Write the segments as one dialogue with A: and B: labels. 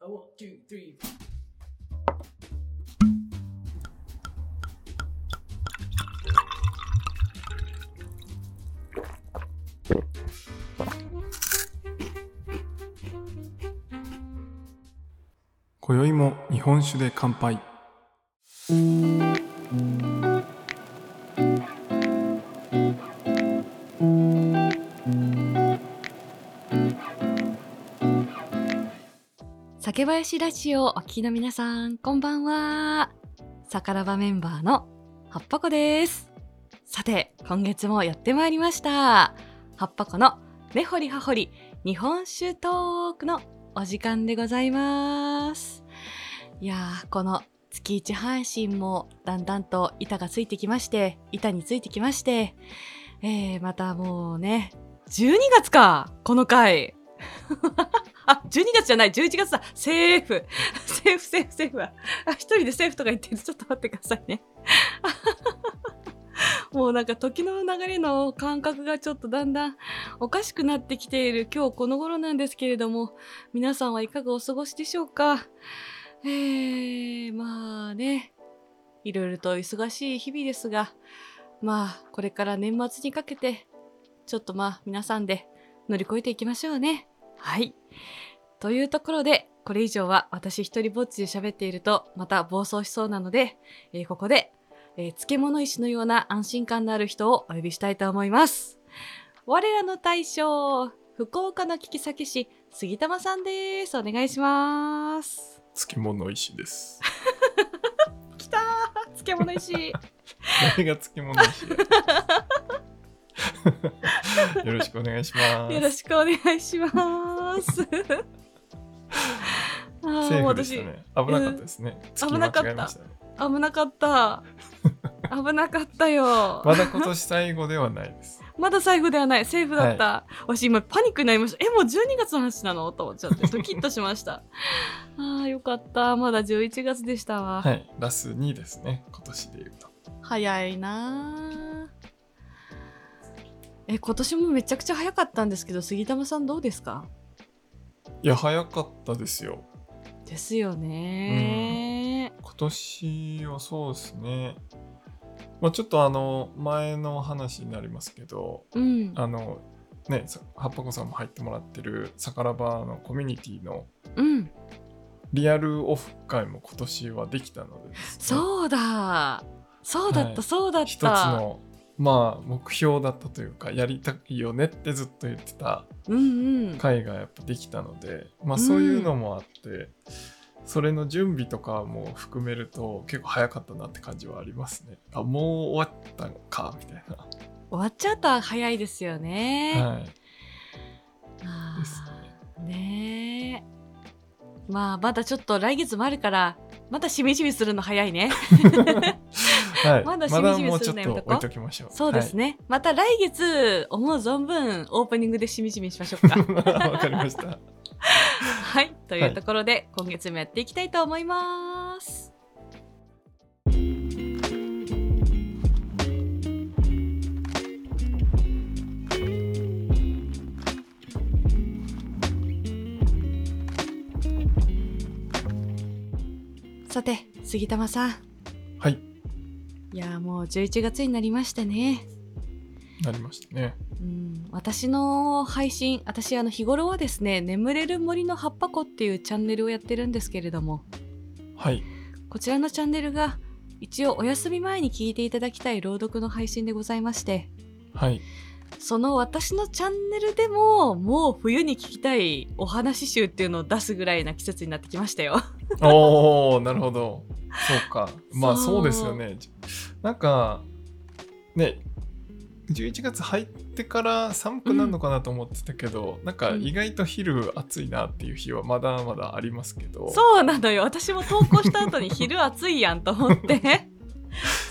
A: あ、ワン、ツー、スリ
B: 今宵も日本酒で乾杯
C: 酒林ラジオをお聞きの皆さんこんばんはさからばメンバーのはっぱこですさて今月もやってまいりましたはっぱこの根掘り葉掘り日本酒トークのお時間でございますいやーこの月一配信もだんだんと板がついてきまして板についてきまして、えー、またもうね12月かこの回あ、12月じゃない、11月だ。セーフ。 セーフ、セーフ、セーフは。あ、一人でセーフとか言って る。ちょっと待ってくださいね。 もうなんか時の流れの感覚がちょっとだんだんおかしくなってきている今日この頃なんですけれども、皆さんはいかがお過ごしでしょうかえー、まあね、いろいろと忙しい日々ですが、まあこれから年末にかけて、ちょっとまあ皆さんで乗り越えていきましょうね。はい。というところで、これ以上は私一人ぼっちで喋っていると、また暴走しそうなので、えーここで、えー漬物石のような安心感のある人をお呼びしたいと思います。我らの大将、福岡の聞き先師、杉玉さんです。お願いします。
B: 漬物石です
C: きたー漬物石。
B: 誰が漬物石だ よろしくお願いします
C: よろしくお願い します。あー
B: セー
C: もう
B: フでしたね危なかったですね、月
C: 危なかった
B: 間違えましたね
C: 私危なかった。危なかっ たよ。
B: まだ今年最後ではないです
C: まだ財布ではない、セーフだった。私今パニックになりました。え、もう12月の話なのと思っちゃって、ドキッとし ました。ああ、よかった。まだ11月でしたわ。
B: はいラス2ですね今年で言うと
C: 早いなあえ、今年もめちゃくちゃ早かったんですけど、杉玉さんどうですか
B: いや早かったですよ
C: ですよね
B: 今年はそうですねまあちょっとあの前の話になりますけど
C: うん。
B: あのねさはっぱこさんも入ってもらってるさからばのコミュニティの
C: うん。
B: リアルオフ会も今年はできたのでですね
C: そうだ。そうだった、
B: はい
C: そうだった。
B: 一つのまあ目標だったというかやりたいよねってずっと言ってた
C: うんうん。
B: 会がやっぱできたのでまあそういうのもあって、それの準備とかも含めると結構早かったなって感じはありますねあもう終わったのかみたい
C: 終わっちゃったら早いですよね。
B: な、はい、
C: あ
B: です
C: ーねえまあまだちょっと来月もあるからまだしみじみするの早いね
B: はい、
C: まだしみじみ
B: もうち
C: する
B: ょっ
C: の
B: と
C: やめとこう
B: 置いときましょう
C: そうですね、また来月思う存分オープニングでしみじみしましょうか
B: はい わかりました
C: はいというところで、今月もやっていきたいと思いますさて杉玉さん
B: はい
C: いやーもう11月になりましたね。
B: なりましたね
C: うん、私の配信私あの日頃はですね「眠れる森の葉っぱ子」っていうチャンネルをやってるんですけれども
B: はい
C: こちらのチャンネルが一応お休み前に聞いていただきたい朗読の配信でございまして
B: はい
C: その私のチャンネルでももう冬に聞きたいお話集っていうのを出すぐらいな季節になってきましたよ。
B: おおなるほどそうかまあ
C: そう
B: そうですよねじなんかね11月入ってから寒くなるのかなと思ってたけど、なんか意外と昼暑いなっていう日はまだまだありますけど、
C: そうなのよ私も投稿した後に昼暑いやんと思って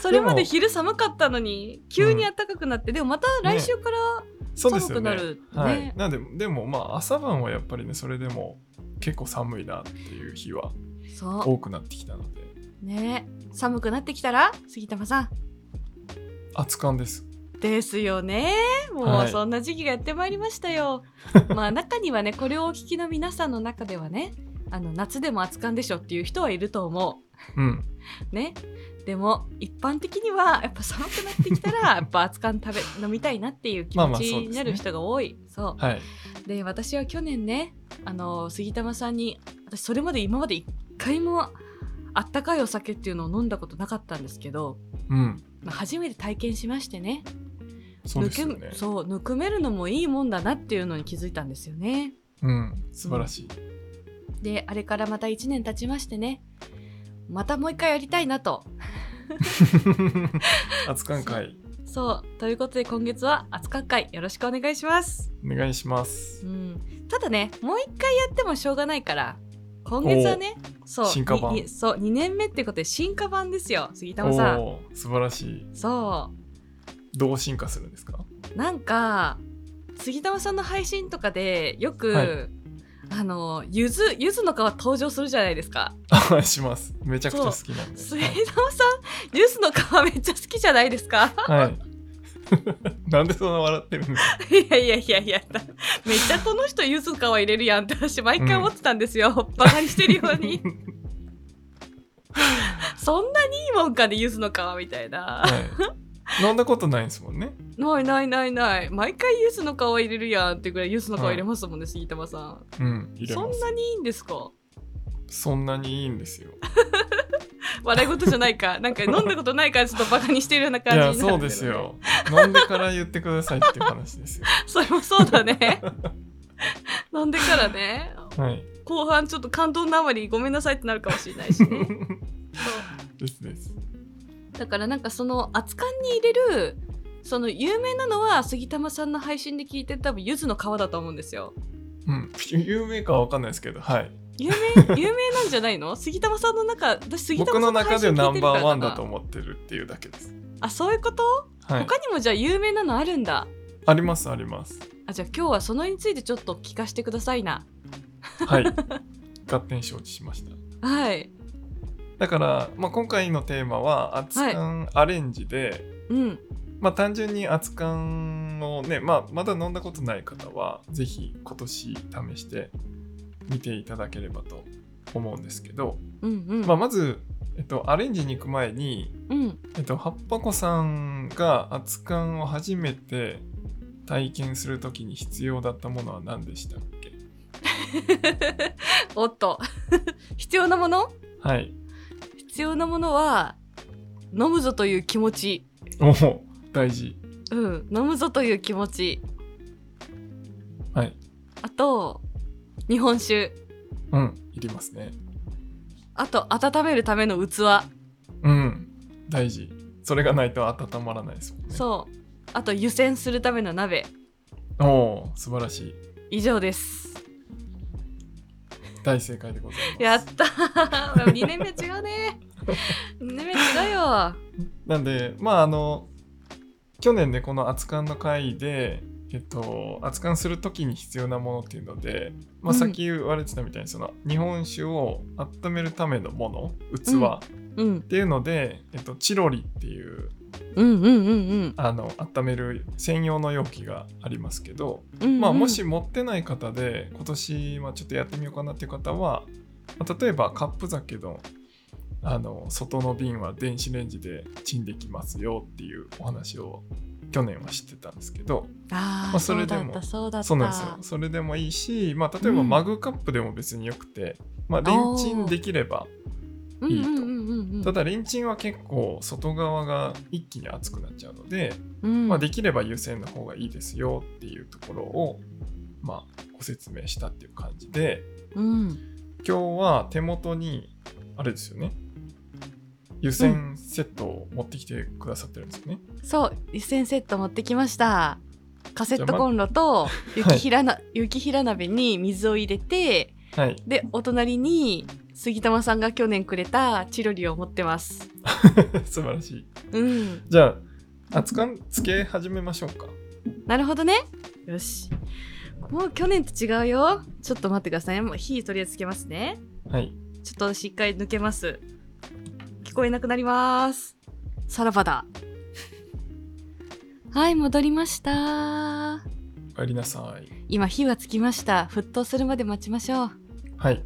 C: それまで昼寒かったのに急に暖かくなって、でもまた来週から、
B: そうですよね
C: 寒くな
B: は
C: るね
B: い、なんででもまあ朝晩はやっぱりねそれでも結構寒いなっていう日は
C: そう
B: 多くなってきたので
C: ね寒くなってきたら杉玉さん
B: 暑感です
C: ですよねも
B: は
C: う
B: い
C: そ んな時期がやってまいりましたよ、まあ中にはねこれをお聞きの皆さんの中ではねあの夏でも熱燗でしょっていう人はいると思
B: うん
C: うねでも一般的にはやっぱ寒くなってきた らやっぱ熱燗食べ飲みたいなっていう気
B: まあ
C: 持
B: まあ
C: ち
B: そうですね
C: になる人が多い、そう
B: はい
C: で私は去年ねあの杉玉さんに私それまで今まで一回もあったかいお酒っていうのを飲んだことなかったんですけど、
B: うん
C: まあ、初めて体験しましてね
B: そうですよ
C: ぬ
B: ね
C: くそうぬくめるのもいいもんだなっていうのに気づいたんですよね
B: うん素晴ら しい
C: であれからまた1年経ちましてねまたもう一回やりたいなと
B: 熱燗会
C: そうということで今月は熱か会よろしくお願いします、
B: お願いしま
C: う
B: す
C: ん、ただねもう一回やってもしょうがないから今月はねそう
B: 進化版
C: ににそう2年目ってことで進化版ですよ杉玉さん
B: おー素晴らしい
C: そ
B: どう進化するんですか
C: うなんか杉玉さんの配信とかでよく、
B: はい
C: あのゆずゆずの皮登場するじゃないですか
B: あしますめちゃくちゃ好きなんで
C: 杉玉さんゆずの皮めっちゃ好きじゃないですか
B: はい、はい なんでそんな笑ってるんですか
C: いやいやいやいやだめっちゃこの人ゆずかは入れるやんって私毎回思ってたんで すよ、バカにしてるように そんなにいいもんかねゆずの皮みたい な
B: はい飲んだことないですもんね
C: ないないないない毎回ゆずの皮入れるやんってぐらいゆずの皮入れますもんね、杉玉さん
B: うん入れ
C: そ
B: ま
C: ん
B: す
C: なにいいんですか
B: そんなにいいんですよ
C: 笑い事じゃな いかなんか飲んだことないからちょっとバカにしてるようない感じにな
B: や
C: るけど
B: そうですよ飲んでから言ってくださいっていう話ですよ
C: それもそうだね飲んでからね
B: はい
C: 後半ちょっと感動のあまりごめんなさいってなるかもしれないしねそう
B: ですです
C: だからなんかその熱燗に入れるその有名なのは杉玉さんの配信で聞いてた多分柚子の皮だと思うんですよ
B: うん有名かは分かんないですけどはい
C: 有 名有名なんじゃないの杉玉さんの中私杉
B: 僕
C: 玉
B: の
C: さんの
B: 中
C: 配
B: で
C: 信聞
B: ナ
C: いて
B: ン
C: るか
B: バ
C: ら
B: ー
C: か
B: ワ
C: な
B: ンだと思ってるっていうだけです
C: あそういうこと、
B: はい
C: 他にもじゃあ有名なのあるんだ
B: ありますあります
C: あじゃあ今日はそのについてちょっと聞かせてくださいな
B: はい勝手に承知しました
C: はい
B: だから、まあ、今回のテーマは熱燗アレンジで、
C: うん
B: まあ単純に熱燗をね、まあ、まだ飲んだことない方はぜひ今年試してみていただければと思うんですけど、
C: うんうん、
B: まあ、まず、えっと、アレンジに行く前に、
C: うん
B: えっと、葉っぱ子さんが熱燗を初めて体験するときに必要だったものは何でしたっけ
C: おっと 必要なもの
B: はい。
C: 必要なものは飲むぞという気持ち
B: おお、大事。
C: うん飲むぞという気持ち
B: はい。
C: あと日本酒
B: うん、いりますね。
C: あと温めるための器
B: うん、大事。それがないと温まらないですもんね。
C: そうあと湯煎するための鍋
B: おお、素晴らしい。
C: 以上です
B: 大正解でございます。
C: やったー 2年目違うね2年目違 うよ
B: なんでまああの去年ねこの熱燗の回でえっと熱燗する時に必要なものっていうので、まあ、
C: うん
B: さっき言われてたみたいにその日本酒を温めるためのもの器
C: うん
B: っ
C: うん
B: ていうので、えっと、チロリっていう
C: うんうんうんうん
B: あの温める専用の容器がありますけど、
C: うんうん
B: まあ、もし持ってない方で今年はちょっとやってみようかなっていう方は、まあ例えばカップ酒のあの外の瓶は電子レンジでチンできますよっていうお話を去年は知ってたんですけど
C: あ
B: ま
C: ー、
B: あ
C: そ
B: それで
C: うだっ
B: も
C: たそうだった
B: そうなんですよそれでもいいし、まあ、例えば
C: うん
B: マグカップでも別によくて、まあ、レンチンできれば
C: うんうんうんうんうん
B: ただレンチンは結構外側が一気に熱くなっちゃうので、
C: うん
B: まあ、できれば湯煎の方がいいですよっていうところを、まあ、ご説明したっていう感じで。
C: うん
B: 今日は手元にあれですよね湯煎セットを持ってきてくださってるんですよね、
C: そう湯煎セット持ってきましたカセットコンロと雪平な、雪平鍋に水を入れて
B: はい
C: でお隣に杉玉さんが去年くれたチロリを持ってます。
B: 素晴らしい
C: うん、
B: じゃあ熱燗つけ始めましょうか
C: なるほどね。よし。もう去年と違うよ。ちょっと待ってくださいね。もう火取り付けますね。
B: はい
C: ちょっと私一回抜けます。聞こえなくなります。さらばだ。 はい、戻りました。
B: お帰りなさい
C: 今火はつきました。沸騰するまで待ちましょう。
B: はい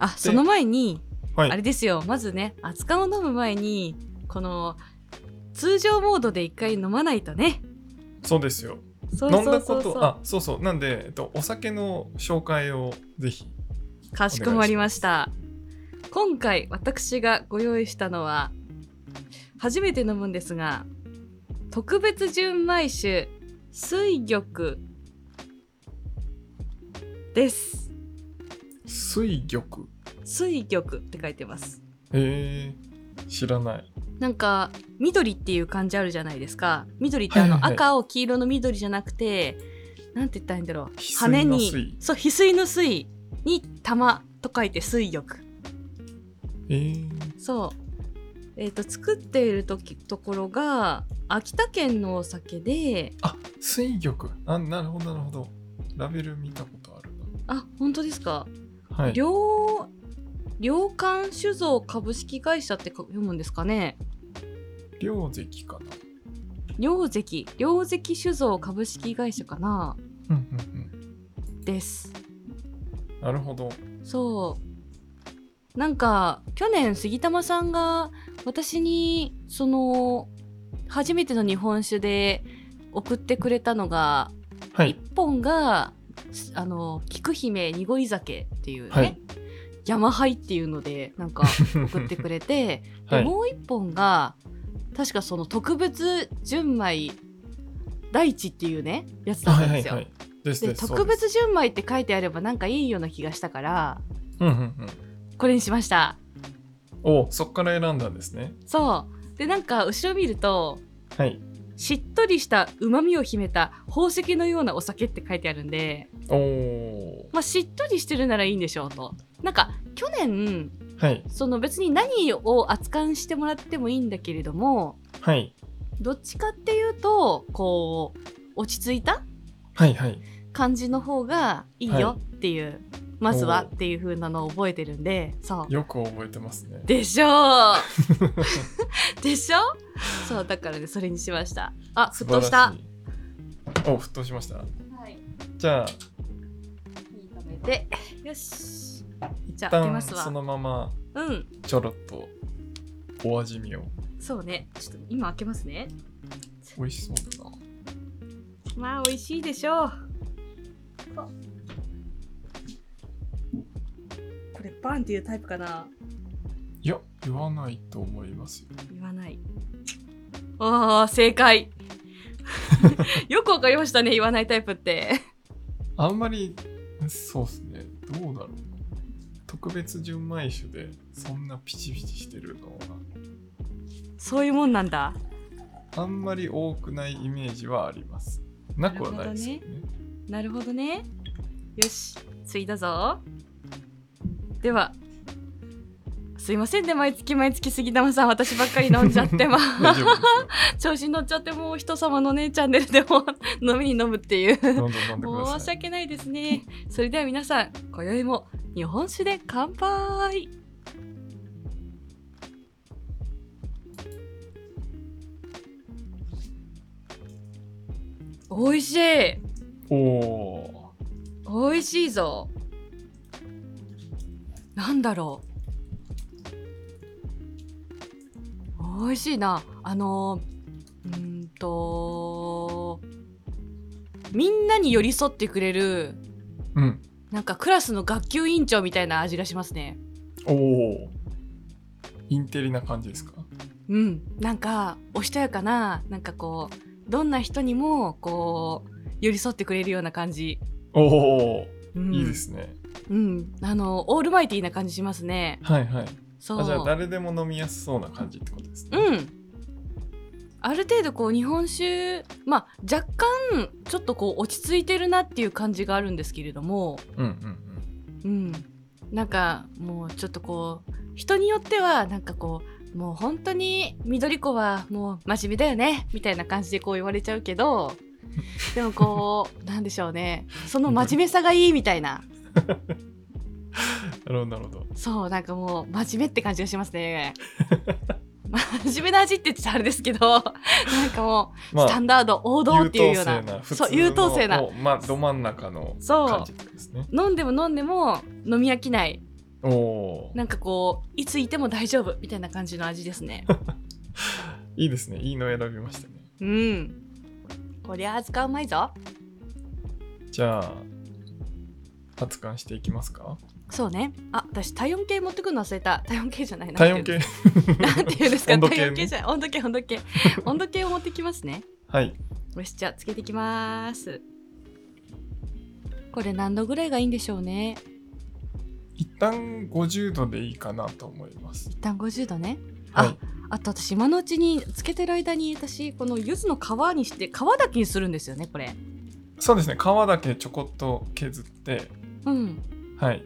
C: あその前に、
B: はい
C: あれですよまずね熱燗を飲む前にこの通常モードで一回飲まないとね
B: そうですよ
C: そう
B: 飲ん
C: そ
B: だ
C: うそ
B: こ
C: うそ
B: とあそうそうなんで、えっと、お酒の紹介をぜひ
C: うかしこまりました今回私がご用意したのは初めて飲むんですが特別純米酒水玉です
B: 水玉
C: 水玉って書いてます
B: えー、知らない
C: なんか緑っていう感じあるじゃないですか緑ってあ
B: はい
C: の
B: はいはい
C: 赤を黄色の緑じゃなくて、なんて言ったらいいんだろう
B: 翡翠
C: 羽
B: の
C: に
B: 水
C: そう翡翠の水に玉と書いて水玉
B: えー、
C: そうえっ、と作っている時ところが秋田県のお酒で
B: あ水玉あなるほどなるほどラベル見たことある
C: あ本当ですか
B: なはい
C: 両両館酒造株式会社ってか読むんですかね
B: 両関かな
C: 両関両関酒造株式会社かな
B: うんうん
C: です
B: うんなるほど
C: そうなんか去年杉玉さんが私にその初めての日本酒で送ってくれたのが
B: はい
C: 1本がすあの菊姫濁り酒っていうね、
B: はい
C: 山杯っていうのでな んか送ってくれて、で
B: はい
C: もう1本が確かその特別純米大地っていうねやつだっ
B: は
C: た
B: いはい
C: んですよ。
B: はいです
C: で
B: です
C: 特
B: そうです
C: 別純米って書いてあればなんかいいような気がしたから
B: うんうんうん
C: これにしました
B: おそっから選んだんですね
C: そうでなんか後ろ見ると
B: はい
C: しっとりした旨味を秘めた宝石のようなお酒って書いてあるんで、
B: おお
C: まあ、しっとりしてるならいいんでしょうとなんか去年
B: はい
C: その別に何を扱いしてもらってもいいんだけれども
B: はい
C: どっちかっていうとこう落ち着いた
B: はいはい
C: 感じの方がいいよっていう、まずは
B: おー
C: っていう風なのを覚えてるんでそう
B: よく覚えてますね
C: でしょうでしょそうだからねそれにしましたあ沸騰した
B: 素晴らしいお沸騰しました
C: はい
B: じゃあ
C: でよしじ
B: 一
C: ゃあ開けま
B: 旦
C: すわ
B: そのまま
C: うん
B: ちょろっとお味見を
C: そうねちょっと今開けますね
B: 美味しそうだな
C: まあ美味しいでしょうこれバンっていうタイプかない
B: や言わないと思いますよ
C: 言わないあー正解 よくわかりましたね言わないタイプって
B: あんまりそうっすねどうだろう特別純米酒でそんなピチピチしてるのは
C: そういうもんなんだ
B: あんまり多くないイメージはありますなくはないですよね
C: なるほどねよしついだぞではすいませんね毎月毎月杉玉さん私ばっかり飲んじゃってま
B: 大丈夫です
C: 調子に乗っちゃってもう人様のねチャンネルでも 飲みに飲むっていう
B: よどんどん飲んでください
C: 申し訳ないですねそれでは皆さん今宵も日本酒で乾杯美味しい
B: おお
C: 美味しいぞなんだろう美味しいなあのうーんとみんなに寄り添ってくれる
B: ーうん
C: なんかクラスの学級委員長みたいな味がしますね
B: おおインテリな感じですか
C: うんなんかおしとやかななんかこうどんな人にもこう寄り添ってくれるような感じ、
B: おお
C: うん、
B: いいですね、
C: うんあのオールマイティーな感じしますね
B: はいはい
C: そう
B: あじゃあ誰でも飲みやすそうな感じってことですね、
C: うん。ある程度こう日本酒、まあ、若干ちょっとこう落ち着いてるなっていう感じがあるんですけれども、
B: うんうん
C: うん、なんかもうちょっとこう人によってはなんかこうもう本当に緑子はもう真面目だよねみたいな感じでこう言われちゃうけどでもこうなんでしょうねその真面目さがいいみたいな
B: うんなるほどなるほど
C: そうなんかもう真面目って感じがしますね。真面目な味って言っちゃあれですけどなんかもう
B: ま
C: スタ
B: あ
C: ンダード王道っていうような
B: 普通
C: そ
B: の
C: う優等生な
B: もうまど真ん中の
C: そ
B: 感じですね
C: う飲んでも飲んでも飲み飽きない
B: おおー
C: なんかこういついても大丈夫みたいな感じの味です ね
B: いいですねいいの選びましたね
C: うんこりゃあずかうまいぞ
B: じゃあ発汗していきますか
C: そうねあ私体温計持ってくるの忘れた体温計じゃないな
B: 体温計
C: なんていうんですか
B: 温度計ね
C: 体温計じゃない温度計温 度計温度計を持ってきますね
B: はい
C: よしじゃあつけてきますこれ何度ぐらいがいいんでしょうね
B: 一旦50度でいいかなと思います
C: 一旦50度ねあ
B: はい
C: あと私今のうちにつけてる間に私この柚子の皮にして皮だけにするんですよねこれ
B: そうですね皮だけちょこっと削って
C: うん
B: はい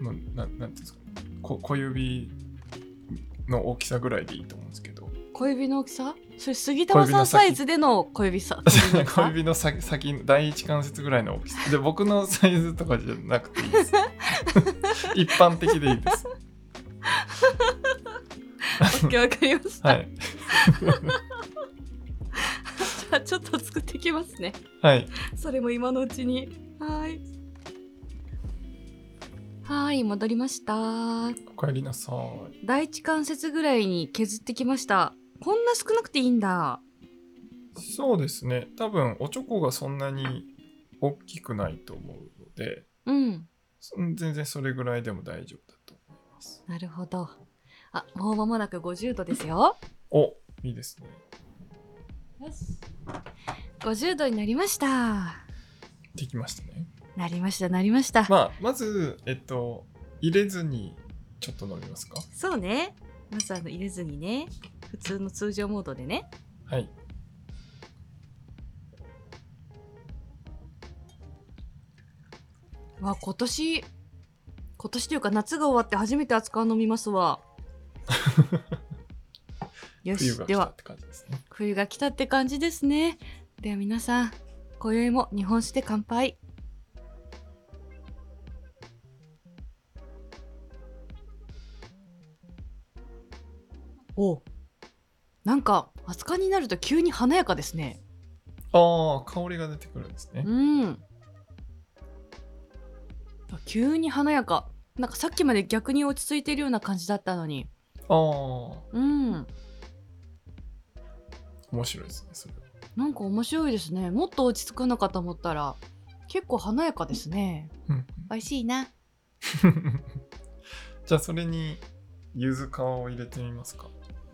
B: もうななんていうんですかねこ小指の大きさぐらいでいいと思うんですけど
C: 小指の大きさそれ杉玉
B: 小指
C: さん
B: の先
C: サイズでの小指さ小指の大き
B: 小
C: さ
B: 指の先先の第一関節ぐらいの大きさで僕のサイズとかじゃなくていいです 一般的でいい です
C: オッケーわかりました、
B: はい
C: じゃあちょっと作ってきますね
B: はい
C: それも今のうちにはーいはーい戻りました
B: おかえりなさい
C: 第一関節ぐらいに削ってきましたこんな少なくていいんだ
B: そうですね多分おちょこがそんなに大きくないと思うので
C: うん
B: そ全然それぐらいでも大丈夫だと思います
C: なるほどあもう間もなく50度ですよ
B: おいいですね
C: よし50度になりました
B: できましたね
C: なりましたなりました、
B: まあまずえっと入れずにちょっと飲みますか
C: そうねまずあの入れずにね普通の通常モードでね
B: はい
C: わ今年今年というか夏が終わって初めて熱燗飲みます わよ
B: 冬
C: し
B: が来
C: で
B: た
C: は
B: って感じですね
C: 冬が来たって感じですねでは皆さん今宵も日本酒で乾杯おなんか熱燗になると急に華やかですね
B: ああ香りが出てくるんですね
C: うん急に華やかなんかさっきまで逆に落ち着いているような感じだったのに
B: ああ面
C: うん
B: 白いですねそれ
C: なんか面白いですねもっと落ち着くのかと思ったら結構華やかですね
B: うん
C: 美味しいな
B: じゃあそれに柚子皮を入れてみますか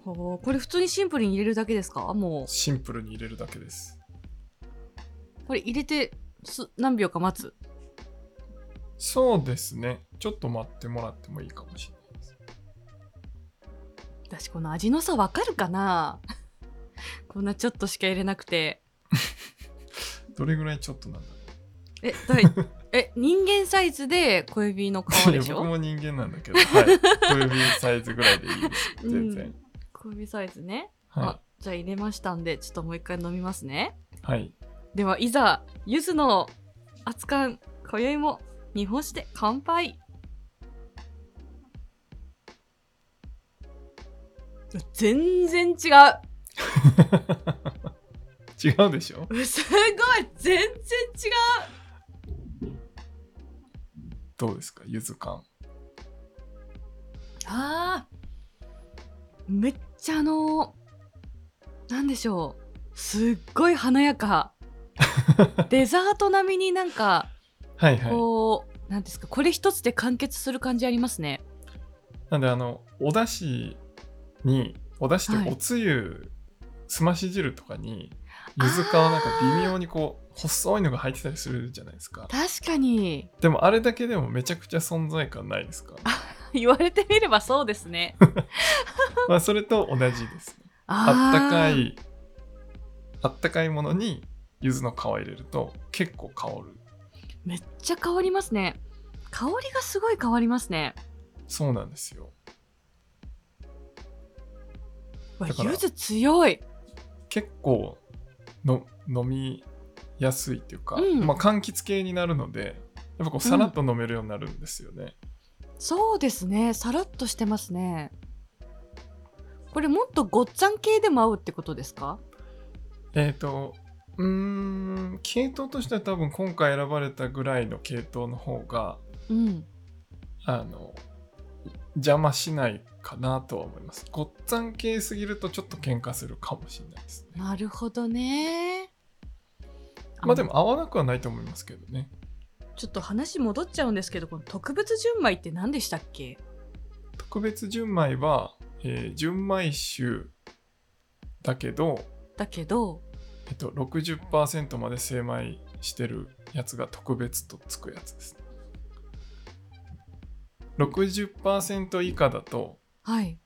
C: ほうこれ普通にシンプルに入れるだけですかも
B: シンプルに入れるだけです
C: うこれ入れてす何秒か待つ
B: そうですねちょっと待ってもらってもいいかもしれないです
C: 私この味の差わかるかなこんなちょっとしか入れなくて
B: どれぐらいちょっとなんだろ
C: え だいえ人間サイズで小指の皮
B: うい
C: で
B: や
C: し
B: 僕
C: ょ、
B: も人間なんだけど、はい、小指サイズぐらいでいいです
C: う
B: 全
C: ん
B: 然、、
C: 小指サイズね、あ
B: は
C: じゃあ入れましたんでちょっともう一回飲みますね
B: い、 はい、
C: ではいざ柚子の熱燗今宵も日本酒で乾杯全然違う
B: 違うでしょ
C: うすごい全然違う
B: どうですか柚子感
C: あーめっちゃあのなんでしょうすっごい華や かデザート並みになんか
B: はいはい
C: こう、なんですかこれ一つで完結する感じありますね
B: なんであのおだしにおだしというか
C: はい
B: おつゆ、すまし汁とかに柚子皮なんか微妙にこう細いのが入ってたりするじゃないですか
C: 確かに
B: でもあれだけでもめちゃくちゃ存在感ないですか
C: 言われてみればそうですね
B: まあそれと同じですね あっ
C: あ
B: たか
C: ー
B: いあったかいものに柚子の皮入れると結構香る
C: めっちゃ香りますね香りがすごい変わりますね
B: そうなんですよ
C: うわ
B: だから
C: 柚子強い
B: 結構の飲みやすいっていうか、
C: うん
B: まあ柑橘系になるのでやっぱこうさらっと飲めるようになるんですよね、
C: そうですねさらっとしてますねこれもっとごっつぁん系でも合うってことですか
B: えっ、とうーん系統としては多分今回選ばれたぐらいの系統の方が
C: うん
B: あの邪魔しないかなとは思います。ごっつぁん系すぎるとちょっと喧嘩するかもしれないですね。
C: なるほどね。
B: まあでも合わなくはないと思いますけどね。
C: ちょっと話戻っちゃうんですけどこの特別純米って何でしたっけ
B: 特別純米は、えー純米酒だけど、
C: だけど
B: えっと、60%まで精米してるやつが特別とつくやつです。60%以下だと、
C: はい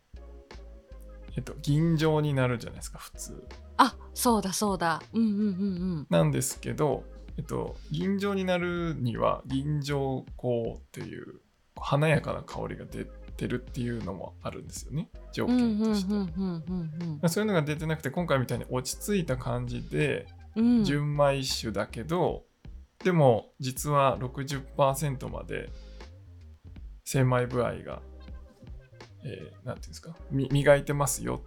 B: えっと、吟醸になるじゃないですか、普通。
C: あそうだそうだうんうんうん
B: なんですけど、えっと、吟醸になるには吟醸香っていう華やかな香りが出てるっていうのもあるんですよね条
C: うんうん
B: 件
C: うんう
B: と
C: んう
B: して。
C: んうん
B: そういうのが出てなくて今回みたいに落ち着いた感じで
C: うんうん
B: 純米酒だけど、でも実は60%まで精米部合が、えーなんていうんですかみ磨いてますよ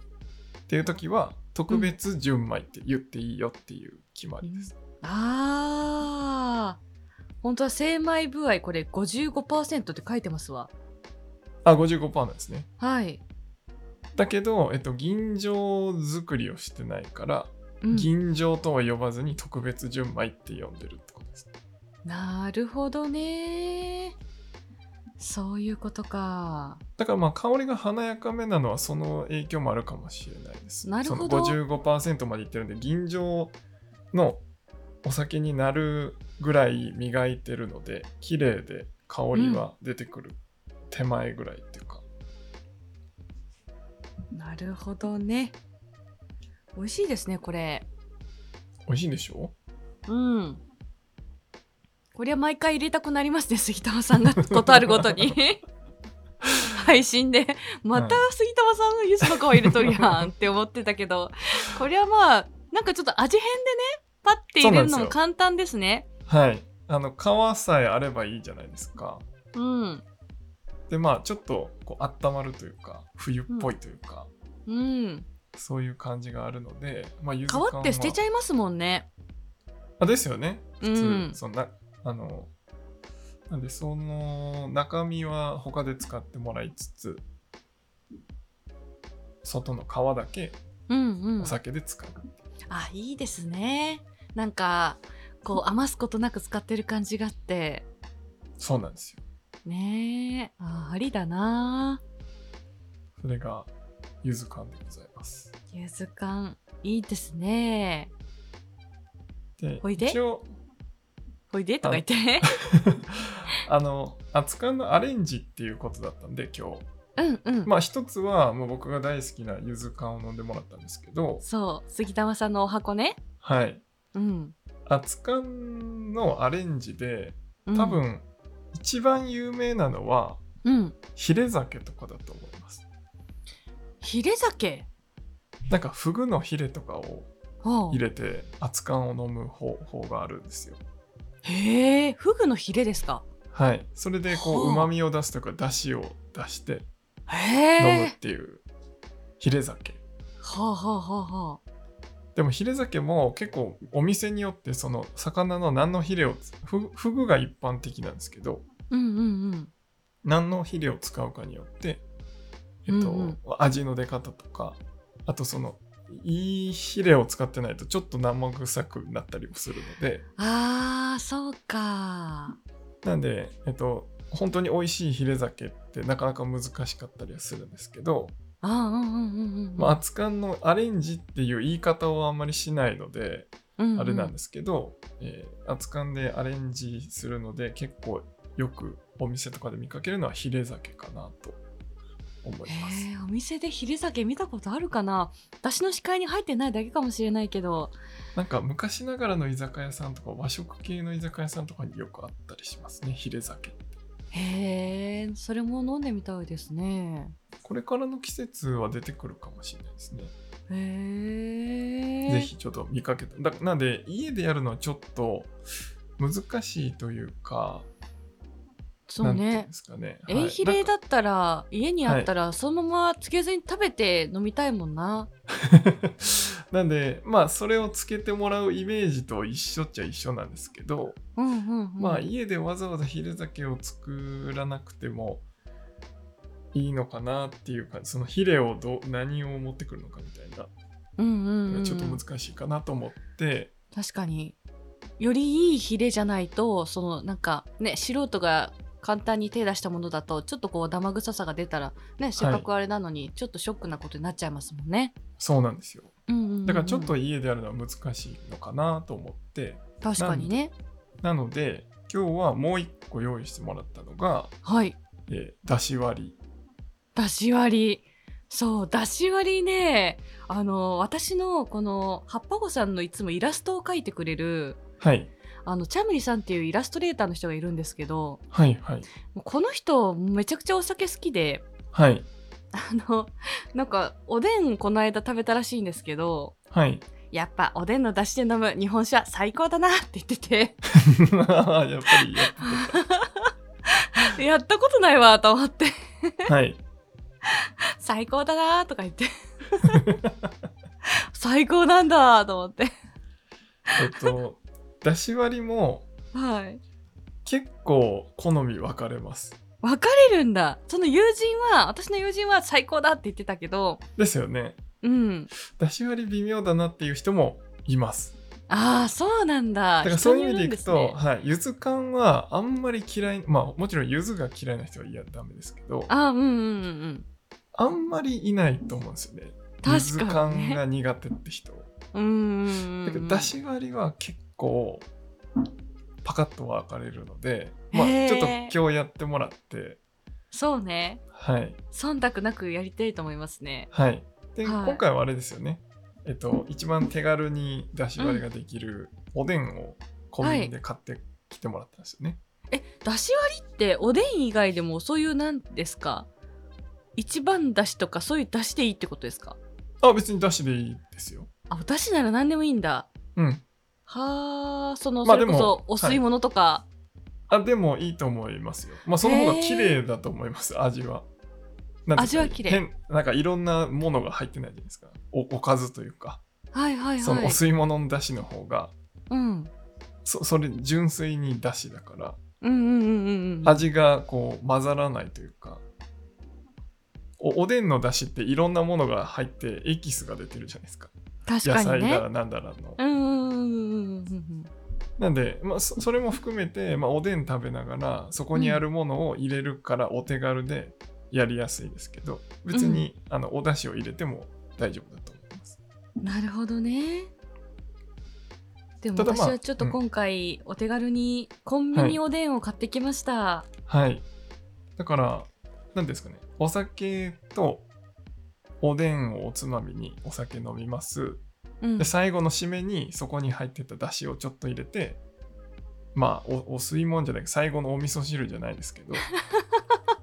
B: っていう時は特別純米って言っていいよっていう決まりです。
C: ああ本当は精米部合これ55%って書いてますわ
B: あ、55%なんですね。
C: はい、
B: だけど、えっと、吟醸作りをしてないから、
C: うん
B: 吟醸とは呼ばずに特別純米って呼んでるってことです。
C: なるほどねそういうことか
B: だからまあ香りが華やかめなのはその影響もあるかもしれないです。
C: なるほど
B: その55%までいってるんで、吟醸のお酒になるぐらい磨いてるので、綺麗で香りは出てくる手前ぐらいっていうか。
C: なるほどね美味しいですねこれ
B: 美味しいんでしょ
C: うんこれは毎回入れたくなりますね杉玉さんがことあるごとに配信でまた杉玉さんのゆずの顔入れとるやんって思ってたけどこれはまあなんかちょっと味変でねパッて入れるのも簡単ですね
B: はい。あの、皮さえあればいいじゃないですか。
C: うん
B: でまあちょっとこう温まるというか冬っぽいというか、
C: うん
B: そういう感じがあるので、まあ、ゆ
C: 皮って捨てちゃ
B: い
C: いますもんね
B: あですよね
C: う
B: 普通、
C: ん
B: そんなあのなんでその中身は他で使ってもらいつつ外の皮だけ
C: うんうん
B: お酒で使う、
C: あいいですねなんかこう余すことなく使ってる感じがあって
B: そうなんですよ
C: ねえあありだな
B: それがゆず缶でございます
C: ゆず缶いいですね
B: で
C: おいで
B: 一応
C: ほいでとか言って
B: あの熱燗のアレンジっていうことだったんで今日
C: うんうん、
B: まあ一つはもう僕が大好きなゆず缶を飲んでもらったんですけど、
C: そう杉玉さんのお箱ね
B: はい、
C: うん、
B: 熱燗のアレンジで
C: うん、
B: 多分一番有名なのは
C: うん
B: ヒレ酒とかだと思います。
C: ヒレ酒
B: なんかフグのヒレとかを
C: ほう
B: 入れて熱燗を飲む方法があるんですよ。
C: へえフグのヒレですか
B: はい、それでこ
C: ほう
B: う旨味を出すとか出汁を出して飲む
C: へ
B: っ
C: え
B: ていうヒレ酒。
C: ほうほうほうほう
B: でもヒレ酒も結構お店によってその魚の何のヒレをフグフグが一般的なんですけど
C: うんうんうん
B: 何の肥料を使うかによって、えっと
C: うんうん
B: 味の出方とかあとそのいい肥料を使ってないとちょっと生臭くなったりもするので
C: あーそうか
B: なんで、えっと、本当に美味しいヒレ酒ってなかなか難しかったりはするんですけど、
C: あうんうんうんうんうん
B: まあ、熱燗のアレンジっていう言い方をあんまりしないので
C: うんうん
B: あれなんですけど、えー熱燗でアレンジするので結構よくお店とかで見かけるのはヒレ酒かなと思います。
C: えーお店でヒレ酒見たことあるかな私の視界に入ってないだけかもしれないけど
B: なんか昔ながらの居酒屋さんとか和食系の居酒屋さんとかによくあったりしますねヒレ酒
C: へえそれも飲んでみたいですね
B: これからの季節は出てくるかもしれないですね、
C: へえ
B: ぜひちょっと見かけただなんで家でやるのはちょっと難しいというか
C: そう
B: なんていうん
C: ね
B: ですかね
C: エイヒレだったら家にあったらそのままつけずに食べて飲みたいもん
B: はい
C: な、
B: なんか なんでまあそれをつけてもらうイメージと一緒っちゃ一緒なんですけど、
C: うんうんうん
B: まあ家でわざわざヒレ酒を作らなくてもいいのかなっていうかそのヒレをどう何を持ってくるのかみたいな
C: うんうん、うん、
B: ちょっと難しいかなと思って、
C: 確かによりいいヒレじゃないとそのなんかね素人が簡単に手出したものだとちょっとこう生臭さが出たらねせっかくあれなのにちょっとショックなことになっちゃいますもんね。
B: そうなんですよ
C: うんうんうんうん
B: だからちょっと家でやるのは難しいのかなと思って
C: 確かにね
B: なので今日はもう一個用意してもらったのが、
C: はい
B: えーだし割り
C: だし割りそうだし割りねあの私のこの葉っぱ子さんのいつもイラストを描いてくれる
B: はい
C: あのチャムリさんっていうイラストレーターの人がいるんですけど
B: はいはい
C: もうこの人めちゃくちゃお酒好きで
B: はい
C: あのなんかおでんこの間食べたらしいんですけど
B: はい
C: やっぱおでんの出汁で飲む日本酒は最高だなって言ってて
B: やっぱりやって
C: やったことないわと思って
B: たはい
C: 最高だなとか言って最高なんだと思って
B: えっとだし割りも
C: はい
B: 結構好み分かれます
C: 分かれるんだその友人は私の友人は最高だって言ってたけど
B: ですよね
C: うん
B: だし割り微妙だなっていう人もいます
C: ああそうなんだ
B: だからそういう意味でいく
C: 人による
B: と、
C: んですね
B: はい、ゆず缶はあんまり嫌いまあもちろんゆずが嫌いな人はいやダメですけどあ
C: あーうんうんうんうん
B: んまりいないと思うんですよねゆず
C: 確かに
B: 缶
C: ね
B: が苦手って人
C: うんうんうんう
B: だけど
C: ん
B: だし割りは結構パカッと分かれるのでまあ
C: へー
B: ちょっと今日やってもらって
C: そうね
B: はい
C: 忖度なくやりたいと思いますね
B: はいで、
C: はい
B: 今回はあれですよねえっと一番手軽にだし割りができるおでんをコンビニで買ってきてもらったんですよね、
C: えだし割りっておでん以外でもそういうなんですか一番だしとかそういうだしでいいってことですか
B: あ別にだしでいいですよ
C: あおだしなら何でもいいんだ
B: うん
C: はあその
B: まあ
C: それこ
B: で
C: そ
B: も
C: お吸い物とか、
B: あでもいいと思いますよ。まあその方が
C: へー
B: 綺麗だと思います、味は。なんてい
C: 味
B: うか
C: は綺麗
B: 変なんかいろんなものが入ってないじゃないですか。おおかずというか、
C: はい、はいはい
B: そのお吸い物の出汁の方が、
C: うん
B: そそれ純粋に出汁だから、
C: うんうんうんうんうん
B: 味がこう混ざらないというか、おおでんの出汁っていろんなものが入ってエキスが出てるじゃないですか。
C: 確
B: 野
C: か
B: 菜
C: に
B: だ
C: ね
B: らなんだらの。
C: うんうんうんうんうんうん
B: なんで、まあ、そそれも含めて、まあ、おでん食べながらそこにあるものを入れるからお手軽でやりやすいですけど別に、あのお出汁を入れても大丈夫だと思います。
C: うんなるほどねでも
B: ただ
C: 私
B: まあ
C: はちょっと今回お手軽にコンビニおでんを買ってきました、
B: はい、だから何ですかねお酒とおでんをおつまみにお酒飲みます
C: うん
B: で最後の締めにそこに入ってた出汁をちょっと入れてまあおお吸い物じゃなく最後のお味噌汁じゃないですけ ど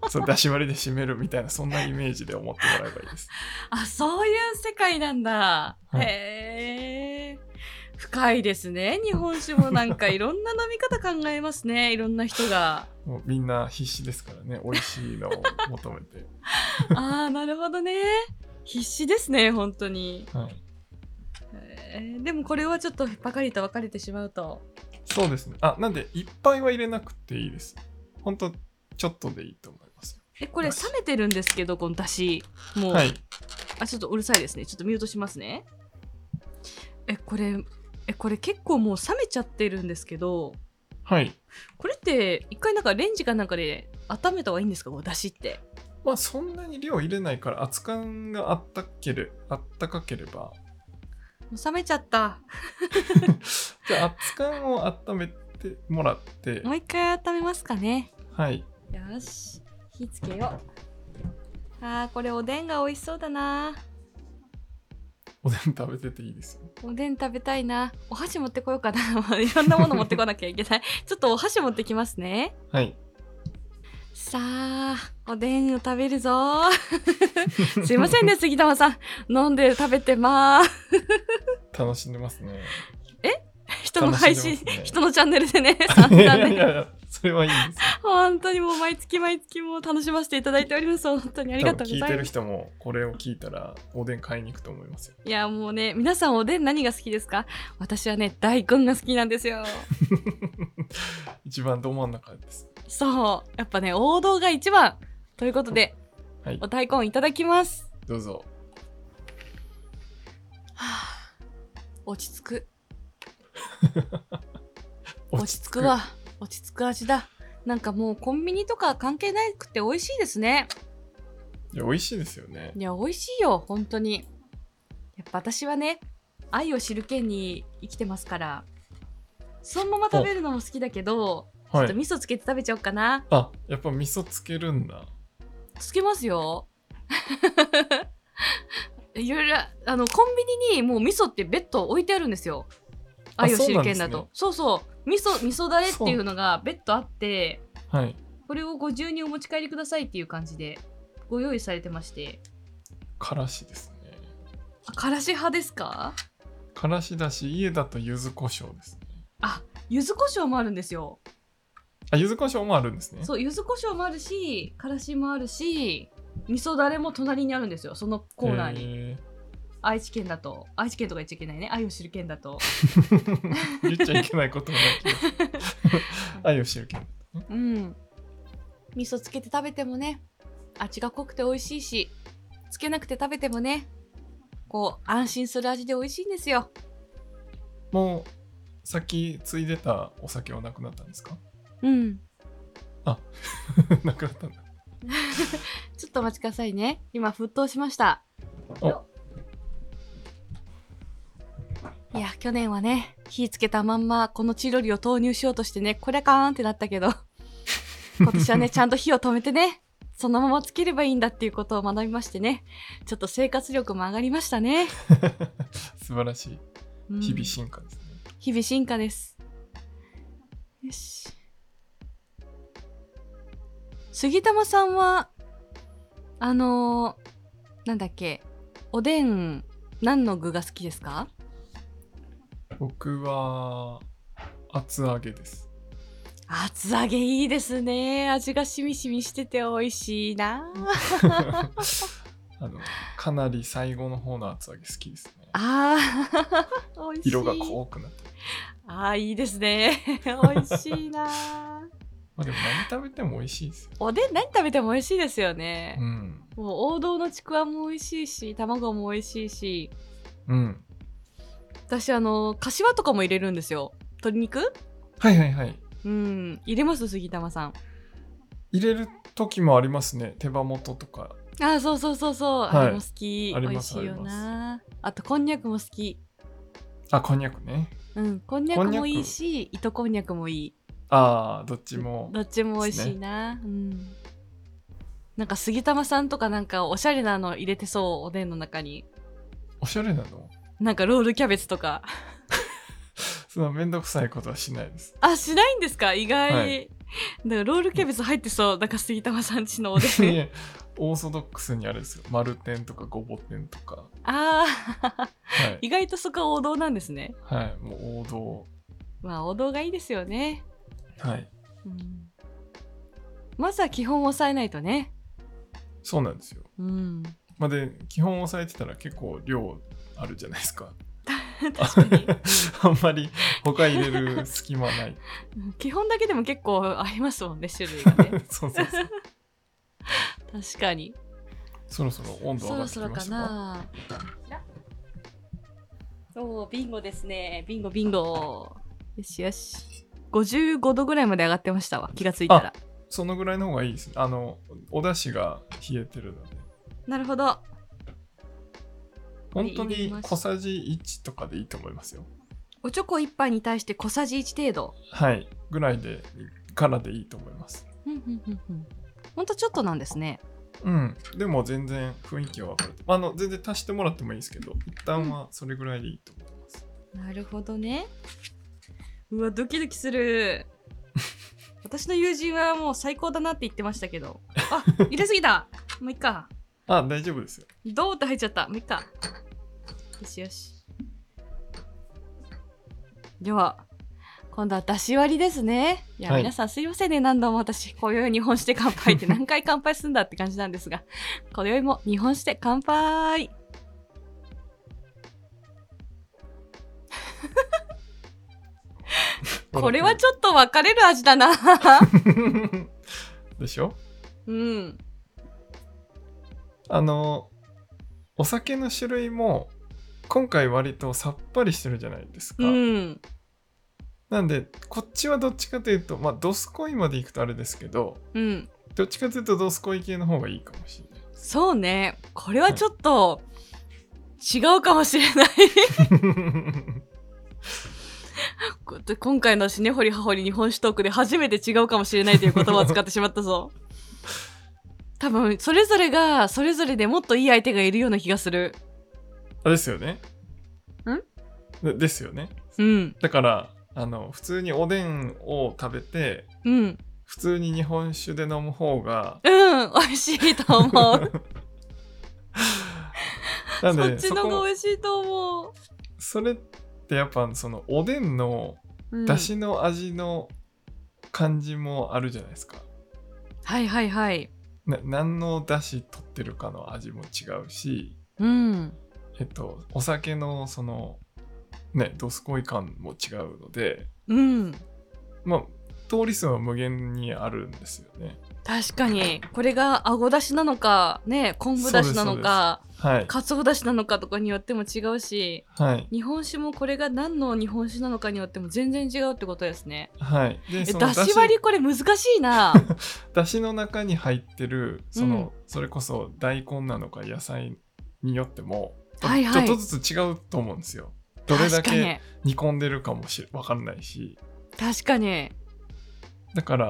B: そう出汁割りで締めるみたいなそんなイメージで思ってもらえばいいです。
C: あそういう世界なんだ。
B: はい
C: へえ。深いですね。日本酒もなんかいろんな飲み方考えます ね。いろんな人が。
B: もうみんな必死ですからね美味しいのを求めて、
C: ああ、なるほどね。必死ですね、本当に。
B: はい、
C: へーでもこれはちょっとパカリと分かれてしまうと。
B: そうですねあなんでいっぱいは入れなくていいですほんとちょっとでいいと思います
C: え、これ
B: よし
C: 冷めてるんですけど、このだし。もう、
B: はい
C: あ、ちょっとうるさいですね。ちょっとミュートしますね。え、これ、え、これ結構もう冷めちゃってるんですけど、
B: はい
C: これって一回なんかレンジかなんかで温めた方がいいんですかこうだしって。
B: まあそんなに量入れないから熱感があったけれあったかければ
C: もう冷めちゃった。
B: じゃあ熱感を温めてもらって
C: もう一回温めますかね。
B: はい
C: よし。火つけよう。あー、これおでんが美味しそうだな。
B: おでん食べてていいですよ
C: おでん食べたいな。お箸持ってこようかな。 いろんなもの持ってこなきゃいけない。ちょっとお箸持ってきますね。
B: はい
C: さあ、おでんを食べるぞ。すい ませんね、杉玉さん。飲んで食べてまーす。
B: 楽しんでますね
C: 人の配信、
B: 楽しんでますね
C: 人のチャンネル でね、散
B: い
C: 々
B: やい
C: ね。
B: やいやそれはいいですよ
C: 本当にもう毎月毎月もう楽しませていただいております。本当にあり
B: 多
C: がと
B: 分
C: うご
B: 聞い
C: ざ
B: て
C: い
B: る
C: ます。
B: 人もこれを聞いたらおでん買いに行くと思いますよ
C: いやもうね、皆さんおでん何が好きですか私はね、大根が好きなんで すよ。
B: 一番ど真ん中です
C: そう、やっぱね、王道が一番。ということで、
B: はい
C: お大根いただきます。
B: どうぞ
C: はあ落ち着く
B: 落
C: 落
B: ち
C: ち
B: 着
C: 着
B: く
C: くわ落ち着く味だなんかもうコンビニとか関係なくて美味しいですね
B: いや美味しいですよね
C: いや美味しいよ本当にやっぱ私はね愛を知る県に生きてますからそのまま食べるのも好きだけど、
B: は
C: ちょっと
B: い
C: 味噌つけて食べちゃおうかな
B: あやっぱ味噌つけるんだ
C: つけますよ いろいろあのコンビニにもう味噌って別途置いてあるんですよ
B: あ
C: 愛を知る県だとそう,、そう味 噌味噌だれっていうのが別途あって
B: はい
C: これをご自由にお持ち帰りくださいっていう感じでご用意されてまして
B: からしですね
C: あからし派ですか
B: からしだし家だと柚子胡椒ですね
C: あ柚子胡椒もあるんですよ
B: あ柚子胡椒もあるんですね
C: そう柚子胡椒もあるしからしもあるし味噌だれも隣にあるんですよそのコーナーに
B: に、
C: 愛知県だと愛知県とか言っちゃいけないね愛を知る県だと
B: 言っちゃいけないこともない気がする 愛を知る県
C: うん味噌つけて食べてもね味が濃くて美味しいしつけなくて食べてもねこう安心する味で美味しいんですよ
B: もうさっきついでたお酒はなくなったんですか
C: うん
B: なくなったん だ
C: ちょっとお待ちくださいね。今、沸騰しました。い
B: お
C: や、去年はね、火つけたまんま、このチロリを投入しようとしてね、これかーんってなったけど、 今年はね、ちゃんと火を止めてね、そのままつければいいんだっていうことを学びましてね、ちょっと生活力も上がりましたね。
B: 素晴らし
C: うん
B: い日々進化ですね、
C: 日々進化です。よし。杉玉さんは、あのーなんだっけ、おでん、何の具が好きですか
B: 僕は厚揚げ です
C: 厚揚げいいですね。味がしみしみしてて美味しいな。
B: あのかなり最後の方の厚揚げ好きですね
C: あー美味しい。
B: 色が濃くなってる
C: ああ、いいですね。 美味しいな。
B: まあでも何食べても美味しいですよ
C: おでん何食べても美味しいですよね
B: う。ん
C: もう王道のちくわも美味しいし、卵も美味しいし、
B: うん
C: 私あの柏とかも入れるんですよ鶏肉
B: はいはいはい
C: うん入れます杉玉さん
B: 入れる時もありますね手羽元とか
C: あそうそうそうそう、
B: はい
C: あれも好き
B: あ
C: 美
B: りま
C: 味
B: す
C: しいよなあとこんにゃくも好き
B: あこんにゃくね
C: うんこんにゃ
B: こん
C: く
B: にゃ
C: も
B: く
C: いいし糸こんにゃくもいい
B: ああどっちも
C: どっちも美味しいな、うんなんか杉玉さんとかなんかおしゃれなの入れてそうおでんの中に
B: おしゃれなの
C: なんかロールキャベツとか
B: そのめんどくさいことはしないです
C: あしないんですか意外、
B: は
C: だからロールキャベツ入ってそうなんか杉玉さんちのおで
B: い
C: ん
B: やオーソドックスにあれですよ丸天とかごぼ天とか
C: ああ
B: はい、
C: 意外とそこは王道なんですね
B: はい、もう王道
C: まあ王道がいいですよね。
B: はい
C: うん、まずは基本を抑えないとね。
B: そうなんですよ
C: うん、
B: まあで基本押さえてたら結構量あるじゃないですか
C: 確かに。
B: あんまり他入れる隙間ない
C: うん基本だけでも結構ありますもんね、種類が ね。
B: そうそうそう
C: 確かに。
B: そろそろ温度
C: そ
B: 上が
C: ろ
B: ってき
C: そろ
B: ま
C: か
B: したか
C: な。おお、ビンゴですね。ビンゴ、ビンゴ。よしよし。55度ぐらいまで上がってましたわ。気がついたら。
B: そのぐらいの方がいいですねあのお出汁が冷えてるので
C: なるほど。
B: 本当
C: 入れ
B: に
C: まし
B: 小
C: た
B: さじ1とかでいいと思いますよ
C: おチョコ1杯に対して小さじ1程度。
B: はいぐらいでからでいいと思います
C: うんうんうんうんほんとちょっとなんですね。
B: うんでも全然雰囲気は分かるあの全然足してもらってもいいですけど一旦はそれぐらいでいいと思います、
C: なるほどね。うわ、ドキドキす る。私の友人はもう最高だなって言ってましたけ ど。あ、入れすぎた。もういっか。
B: あ大丈夫ですよ
C: ドーって入っちゃった。もういっか。よしよし。では、今度は出し割りですね。いや、
B: はい
C: 皆さんすいませんね。何度も私、今宵日本酒で乾杯って何回乾杯するんだって感じなんですが、今宵も日本酒で乾杯。これはちょっと分かれ る味だな。
B: でしょ
C: うん。
B: あのお酒の種類も今回割とさっぱりしてるじゃないですか、
C: うん。
B: なんでこっちはどっちかというとまあドスコイまで行くとあれですけど
C: うん。
B: どっちかというとドスコイ系の方がいいかもしれない
C: そうね。これはちょっと違うかもしれない。こ今回のしねほりはほり日本酒トークで初めて違うかもしれないという言葉を使ってしまった ぞ。多分それぞれがそれぞれでもっといい相手がいるような気がする。
B: あですよね
C: ん
B: でですよね
C: うん。
B: だからあの普通におでんを食べて
C: うん。
B: 普通に日本酒で飲む方が
C: うん。美味しいと思 う。
B: なん
C: そ
B: で
C: っちの
B: そ
C: 方
B: こ
C: が美味しいと思
B: それってやっぱそのおでんの
C: う。うん
B: だしの味の感じもあるじゃないですか、
C: はいはいはい。
B: な何のだし取ってるかの味も違うし
C: うん。
B: えっとお酒のそのねドスコイ感も違うので
C: うん。
B: まあ通り数は無限にあるんですよね
C: 確かにこれがあごだしなのかね昆布だしなのか
B: はい
C: かつおだしなのかとかによっても違うし
B: はい
C: 日本酒もこれが何の日本酒なのかによっても全然違うってことですね。
B: はいで
C: え
B: その
C: だし割りこれ難しいな。
B: だしの中に入ってるその、
C: うん
B: それこそ大根なのか野菜によっても、
C: はいはい
B: ちょっとずつ違うと思うんですよ。ど れだ
C: 確か
B: け
C: に
B: 煮込んでるかもしわかんないし
C: 確かに
B: だから、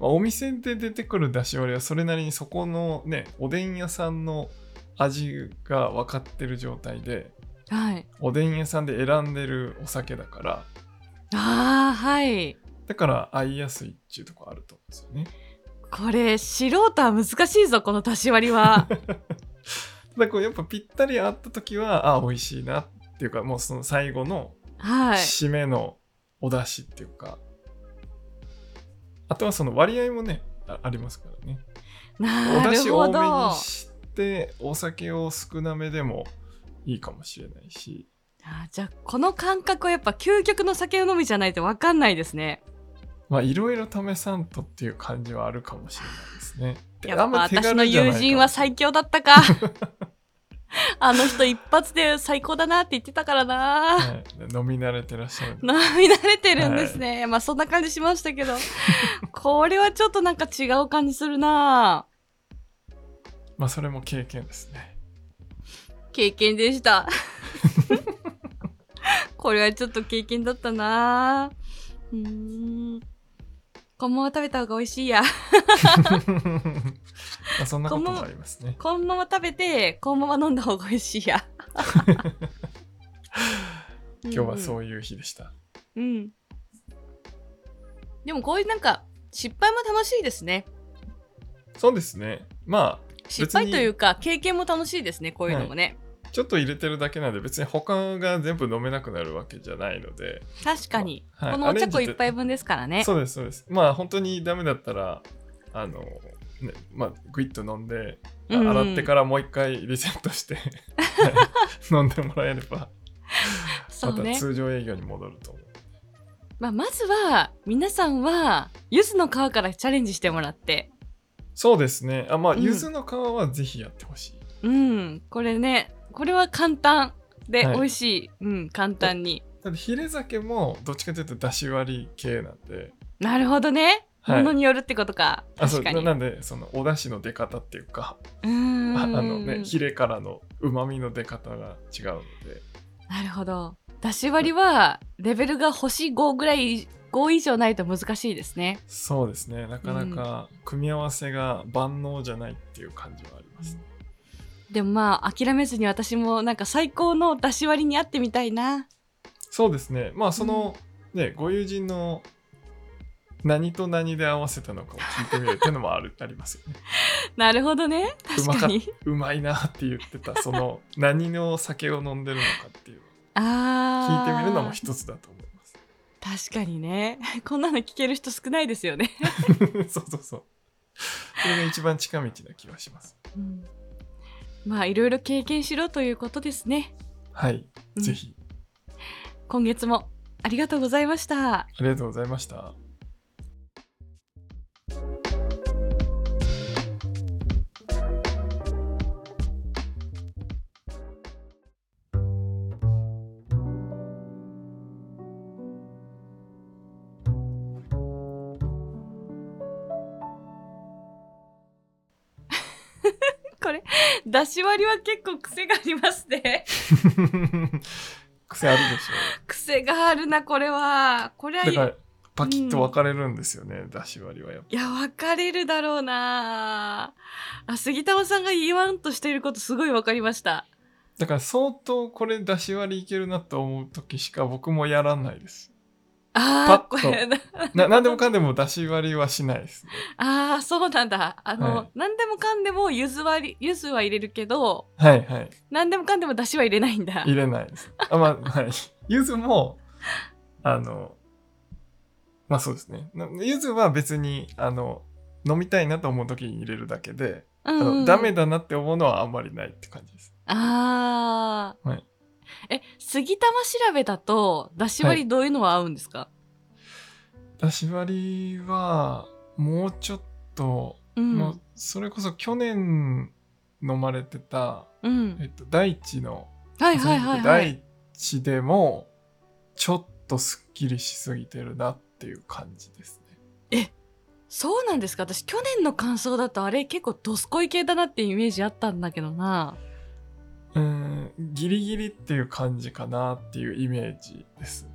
B: まあお店で出てくるだし割りはそれなりにそこのねおでん屋さんの味が分かってる状態で
C: はい。
B: おでん屋さんで選んでるお酒だから
C: ああはい。
B: だから合いやすいっていうところあると思うんですよね。
C: これ素人は難しいぞこのだし割り は。
B: ただこうやっぱぴったり合った時はあ美味しいなっていうかもうその最後の
C: はい。
B: 締めのお出汁っていうかあとはその割合もねあありますからねお
C: な
B: 出
C: る
B: 汁多
C: ほ
B: め
C: ど
B: に。してお酒を少なめでもいいかもしれないし
C: あーじゃあこの感覚はやっぱ究極の酒飲みじゃないと分かんないですね。
B: まあいろいろ試さんとっていう感じはあるかもしれないですねで
C: やっぱ
B: 手軽
C: 私の
B: じゃない
C: 友
B: かも
C: 人は最強だった か。あの人一発で最高だなって言ってたからな。
B: はい飲み慣れてらっしゃ るんで
C: 飲み慣れてるんですね。まあそんな感じしましたけど。これはちょっとなんか違う感じするな。
B: まあそれも経験です ね
C: 経験でした。これはちょっと経験だったな。うーん。小物を食べた方が美味しいや。
B: まあそんなこともありますね
C: このまま食べて、このまま飲んだ方が美味しいや。
B: 今
C: 今
B: 日は そういう日でした、
C: うん。でもこういうなんか失敗も楽しいですね。
B: そうですねまあ
C: 失敗というか経験も楽しいですね、こういうのもね。
B: ちょっと入れてるだけなんで別に他が全部飲めなくなるわけじゃないので、
C: 確かに。
B: はい
C: このお茶子
B: アレンジで
C: 一杯分ですからね。
B: そうですそうですまあ本当にダメだったらあのねまあグイッと飲んで、
C: うんうん
B: 洗ってからもう一回リセットして はい飲んでもらえれば
C: そ
B: ま
C: う
B: た
C: ね。
B: 通常営業に戻ると思う
C: まあ、まずは皆さんは柚子の皮からチャレンジしてもらって。
B: そうですねあまあ
C: うん
B: 柚子の皮はぜひやってほしい、
C: うん、これね、これは簡単で
B: はい
C: 美味しい。うん、簡単に。
B: ただヒレ酒もどっちかというとだし割り系なんで
C: なるほどね。
B: はい
C: ものによるってことか。
B: あそう
C: 確か
B: な
C: に。
B: なんでそのお出汁の出方っていうか
C: うーん。
B: ああのねヒレからのうまみの出方が違うので
C: なるほど。出し割りはレベルが星5ぐらい5以上ないと難しいですね。
B: そうですねなかなか組み合わせが万能じゃないっていう感じはあります、ね
C: でもまあ諦めずに私もなんか最高の出し割りに会ってみたいな。
B: そうですねまあその、ねご友人の何と何で合わせたのかを聞いてみるっていうのもあるありますよね
C: なるほどね。
B: うま か
C: 確か
B: っ
C: に。
B: うまいなって言ってたその何の酒を飲んでるのかっていう
C: あ
B: 聞い
C: あ。
B: てみるのも一つだと思います
C: 確かにね。こんなの聞ける人少ないですよね。
B: そうそうそうそれが一番近道な気がします
C: うん まあいろいろ経験しろということですね。
B: はい、
C: うん
B: ぜひ
C: 今月もありがとうございました。
B: ありがとうございました
C: これ出し割りは結構癖がありますね
B: 癖あるでし
C: 癖があるなこれはこれ
B: ょ
C: は
B: だからパキッと分かれるんですよね、出し割りはやっぱ
C: いや、分かれるだろうなあ、杉玉さんが言わんとしていることすごい分かりました。
B: だから相当これ出し割りいけるなと思う時しか僕もやらない です
C: あ
B: パ
C: あ、こ
B: ッと
C: れな、
B: な何でもかんでも出し割りはしないですね
C: ああ、そうなんだ。あの、
B: はい
C: 何でもかんでもゆず割り、ゆずは入れるけど、
B: はいはい
C: 何でもかんでも出汁は入れないんだ。
B: 入れないですあまあはいゆずもあのまあそうですねなゆずは別にあの飲みたいなと思う時に入れるだけで、
C: うん
B: あ
C: うん
B: のダメ。だなって思うのはあんまりないって感じです
C: ああ。
B: はい
C: え、杉玉調べだと、出汁割りどういうのは合うんですか、
B: 出し割りはもうちょっと、
C: うん。
B: もうそれこそ去年飲まれてた、
C: うん
B: え。っと、大地の
C: はいはいはい、はい。
B: 第一でもちょっとすっきりしすぎてるなっていう感じですね
C: そうなんですか私、去年の感想だとあれ結構ドスコイ系だなってイメージあったんだけどな。
B: うーんギリギリっていう感じかなっていうイメージです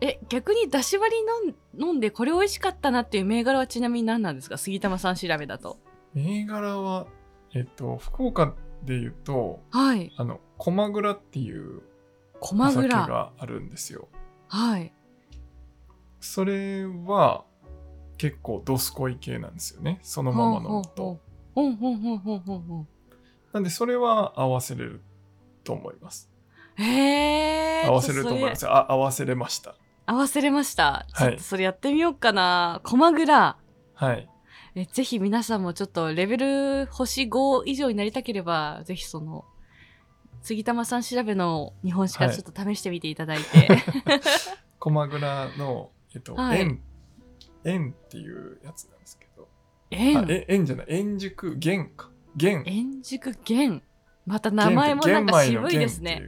C: え逆にだし割り飲ん飲んでこれ美味しかったなっていう銘柄はちなみに何なんですか杉玉さん調べだと
B: 銘柄はえっと福岡で言うと
C: はい
B: あの駒蔵っていうお
C: 駒
B: 酒
C: 蔵
B: があるんですよ
C: はい
B: それは結構ドスコイ系なんですよねそのまま飲むと
C: ほんほんほんほんほんほん
B: なんでそれは合わせれると思います
C: へえ
B: 合わせれると思いますあ合わせれました
C: 合わせれましたち
B: はい
C: ょっとそれやってみようかな駒蔵
B: はい
C: えぜひ皆さんもちょっとレベル星5以上になりたければぜひその杉玉さん調べの日本史から
B: はい
C: ちょっと試してみていただい て、
B: 駒蔵の、えっと、
C: はい
B: 円、円っていうやつなんですけど。あ
C: 円
B: え円じゃない、円熟元か。元。
C: 円熟玄また名前もなんか渋いですね。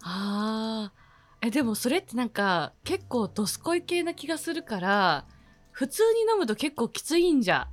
C: あーえでもそれってなんか結構ドスコイ系な気がするから普通に飲むと結構きついんじゃ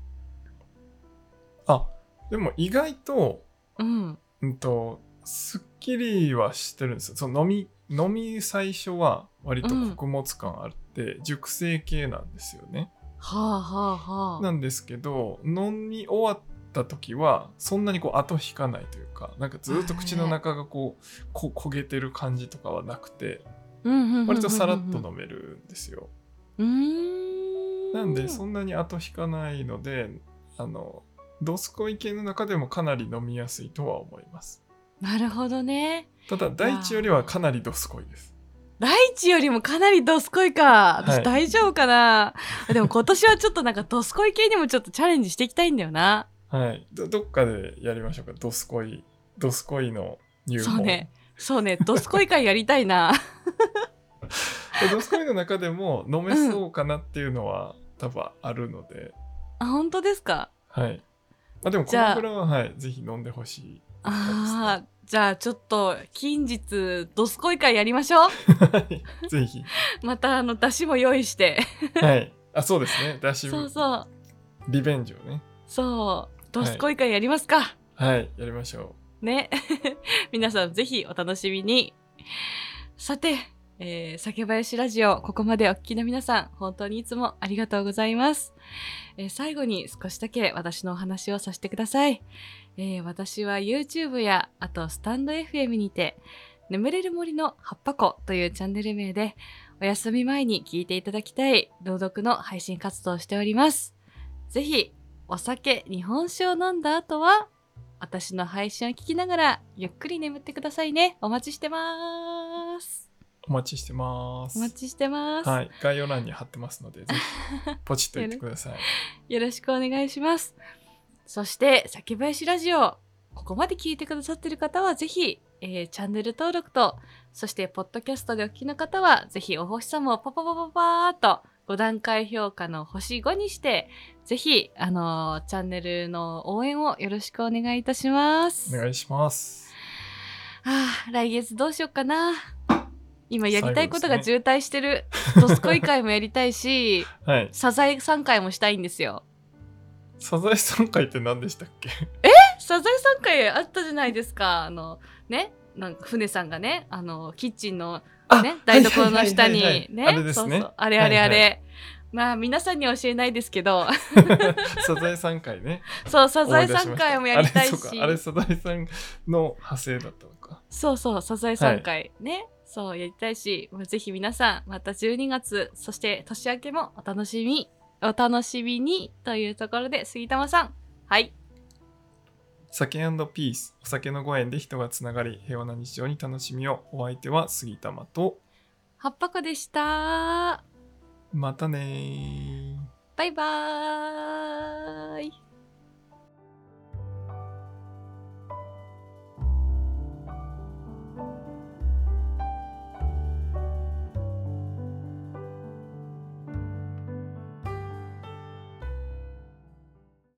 B: あ、でも意外と、
C: うん
B: うんと、すっきりはしてるんですよ。その飲み、飲み最初は割と穀物感あって、熟成系なんですよね。
C: はあはあはあ
B: なんですけど、飲み終わった時は、そんなにこう後引かないというか、なんかずっと口の中がこう、こ焦げてる感じとかはなくて、
C: うんうんうんうんうん
B: 割とさらっと飲めるんですよ。
C: うーん
B: なんでそんなに後引かないので、あの、ドスコイ系の中でもかなり飲みやすいとは思います。
C: なるほどね
B: ただ、第一よりはかなりドスコイです。
C: 大地よりもかなりドスコイか
B: は
C: 私
B: い
C: 大丈夫かな、でも今年はちょっとなんかドスコイ系にもちょっとチャレンジしていきたいんだよな
B: はい。ど、どっかでやりましょうか。ドスコイ、ドスコイの入門。
C: そうねそうねドスコイ会やりたいな
B: でドスコイの中でも飲めそうかなっていうのは多分あるので、
C: あ本当ですか
B: はい。まあでも、こ
C: じゃ
B: の
C: あ
B: くらいは、はい、ぜひ飲んでほしい。
C: ああ、じゃあちょっと近日ドスコイ会やりましょう。
B: はい ぜひ。
C: またあの出汁も用意して。
B: はい。あ、そうですね。だし、
C: そうそう。
B: リベンジをね。
C: そう。ドスコイ会やりますか。
B: はい、やりましょう。
C: ね。 皆さんぜひお楽しみに。さて、えー、酒林ラジオ、ここまでお聞きの皆さん、本当にいつもありがとうございます。えー最後に少しだけ私のお話をさせてください。えー私は YouTube や、あとスタンド FM にて、眠れる森の葉っぱ子というチャンネル名で、お休み前に聞いていただきたい朗読の配信活動をしております。ぜひ、お酒、日本酒を飲んだ後は、私の配信を聞きながらゆっくり眠ってくださいね。お待ちしてます。
B: お待ちしてます。
C: お待ちしてます。
B: はい、概要欄に貼ってますので、ぜ ひポチッと言ってください。
C: よろしくお願いします。そして、酒林ラジオ、ここまで聞いてくださってる方は、ぜひ、えーチャンネル登録と、そして、ポッドキャストでお聞きの方は、ぜひ、お星様をパパパパパーっと、5段階評価の星5にして、ぜひ、あのーチャンネルの応援をよろしくお願いいたします。
B: お願いします。
C: はあ、来月どうしようかな。今やりたいこと
B: 最後
C: が
B: です
C: 渋滞してる。 ドスコイ会もやりたいし、
B: はい、
C: サザエ3回もしたいんですよ。
B: サザエさん会って何でしたっけ
C: サザエさん会あったじゃないですかあのねなんか船さんがねあのキッチンのね、台所の下に
B: はいはいはい
C: ね
B: はいあれですね
C: そうそうあれあれあれ、
B: はい
C: まあ皆さんには教えないです けど
B: サザエさん会ね
C: そうサザエさん会もやりたいし
B: 思出またあれそうかあれサザエさんの派生だったのか
C: そうそうサザエさん会ね、そうやりたいし、まあ、ぜひ皆さんまた12月そして年明けもお楽しみお楽しみにというところで杉玉さんはい
B: 酒ピースお酒のご縁で人がつながり平和な日常に楽しみをお相手は杉玉と
C: 八箱でした
B: またねー
C: バイバーイ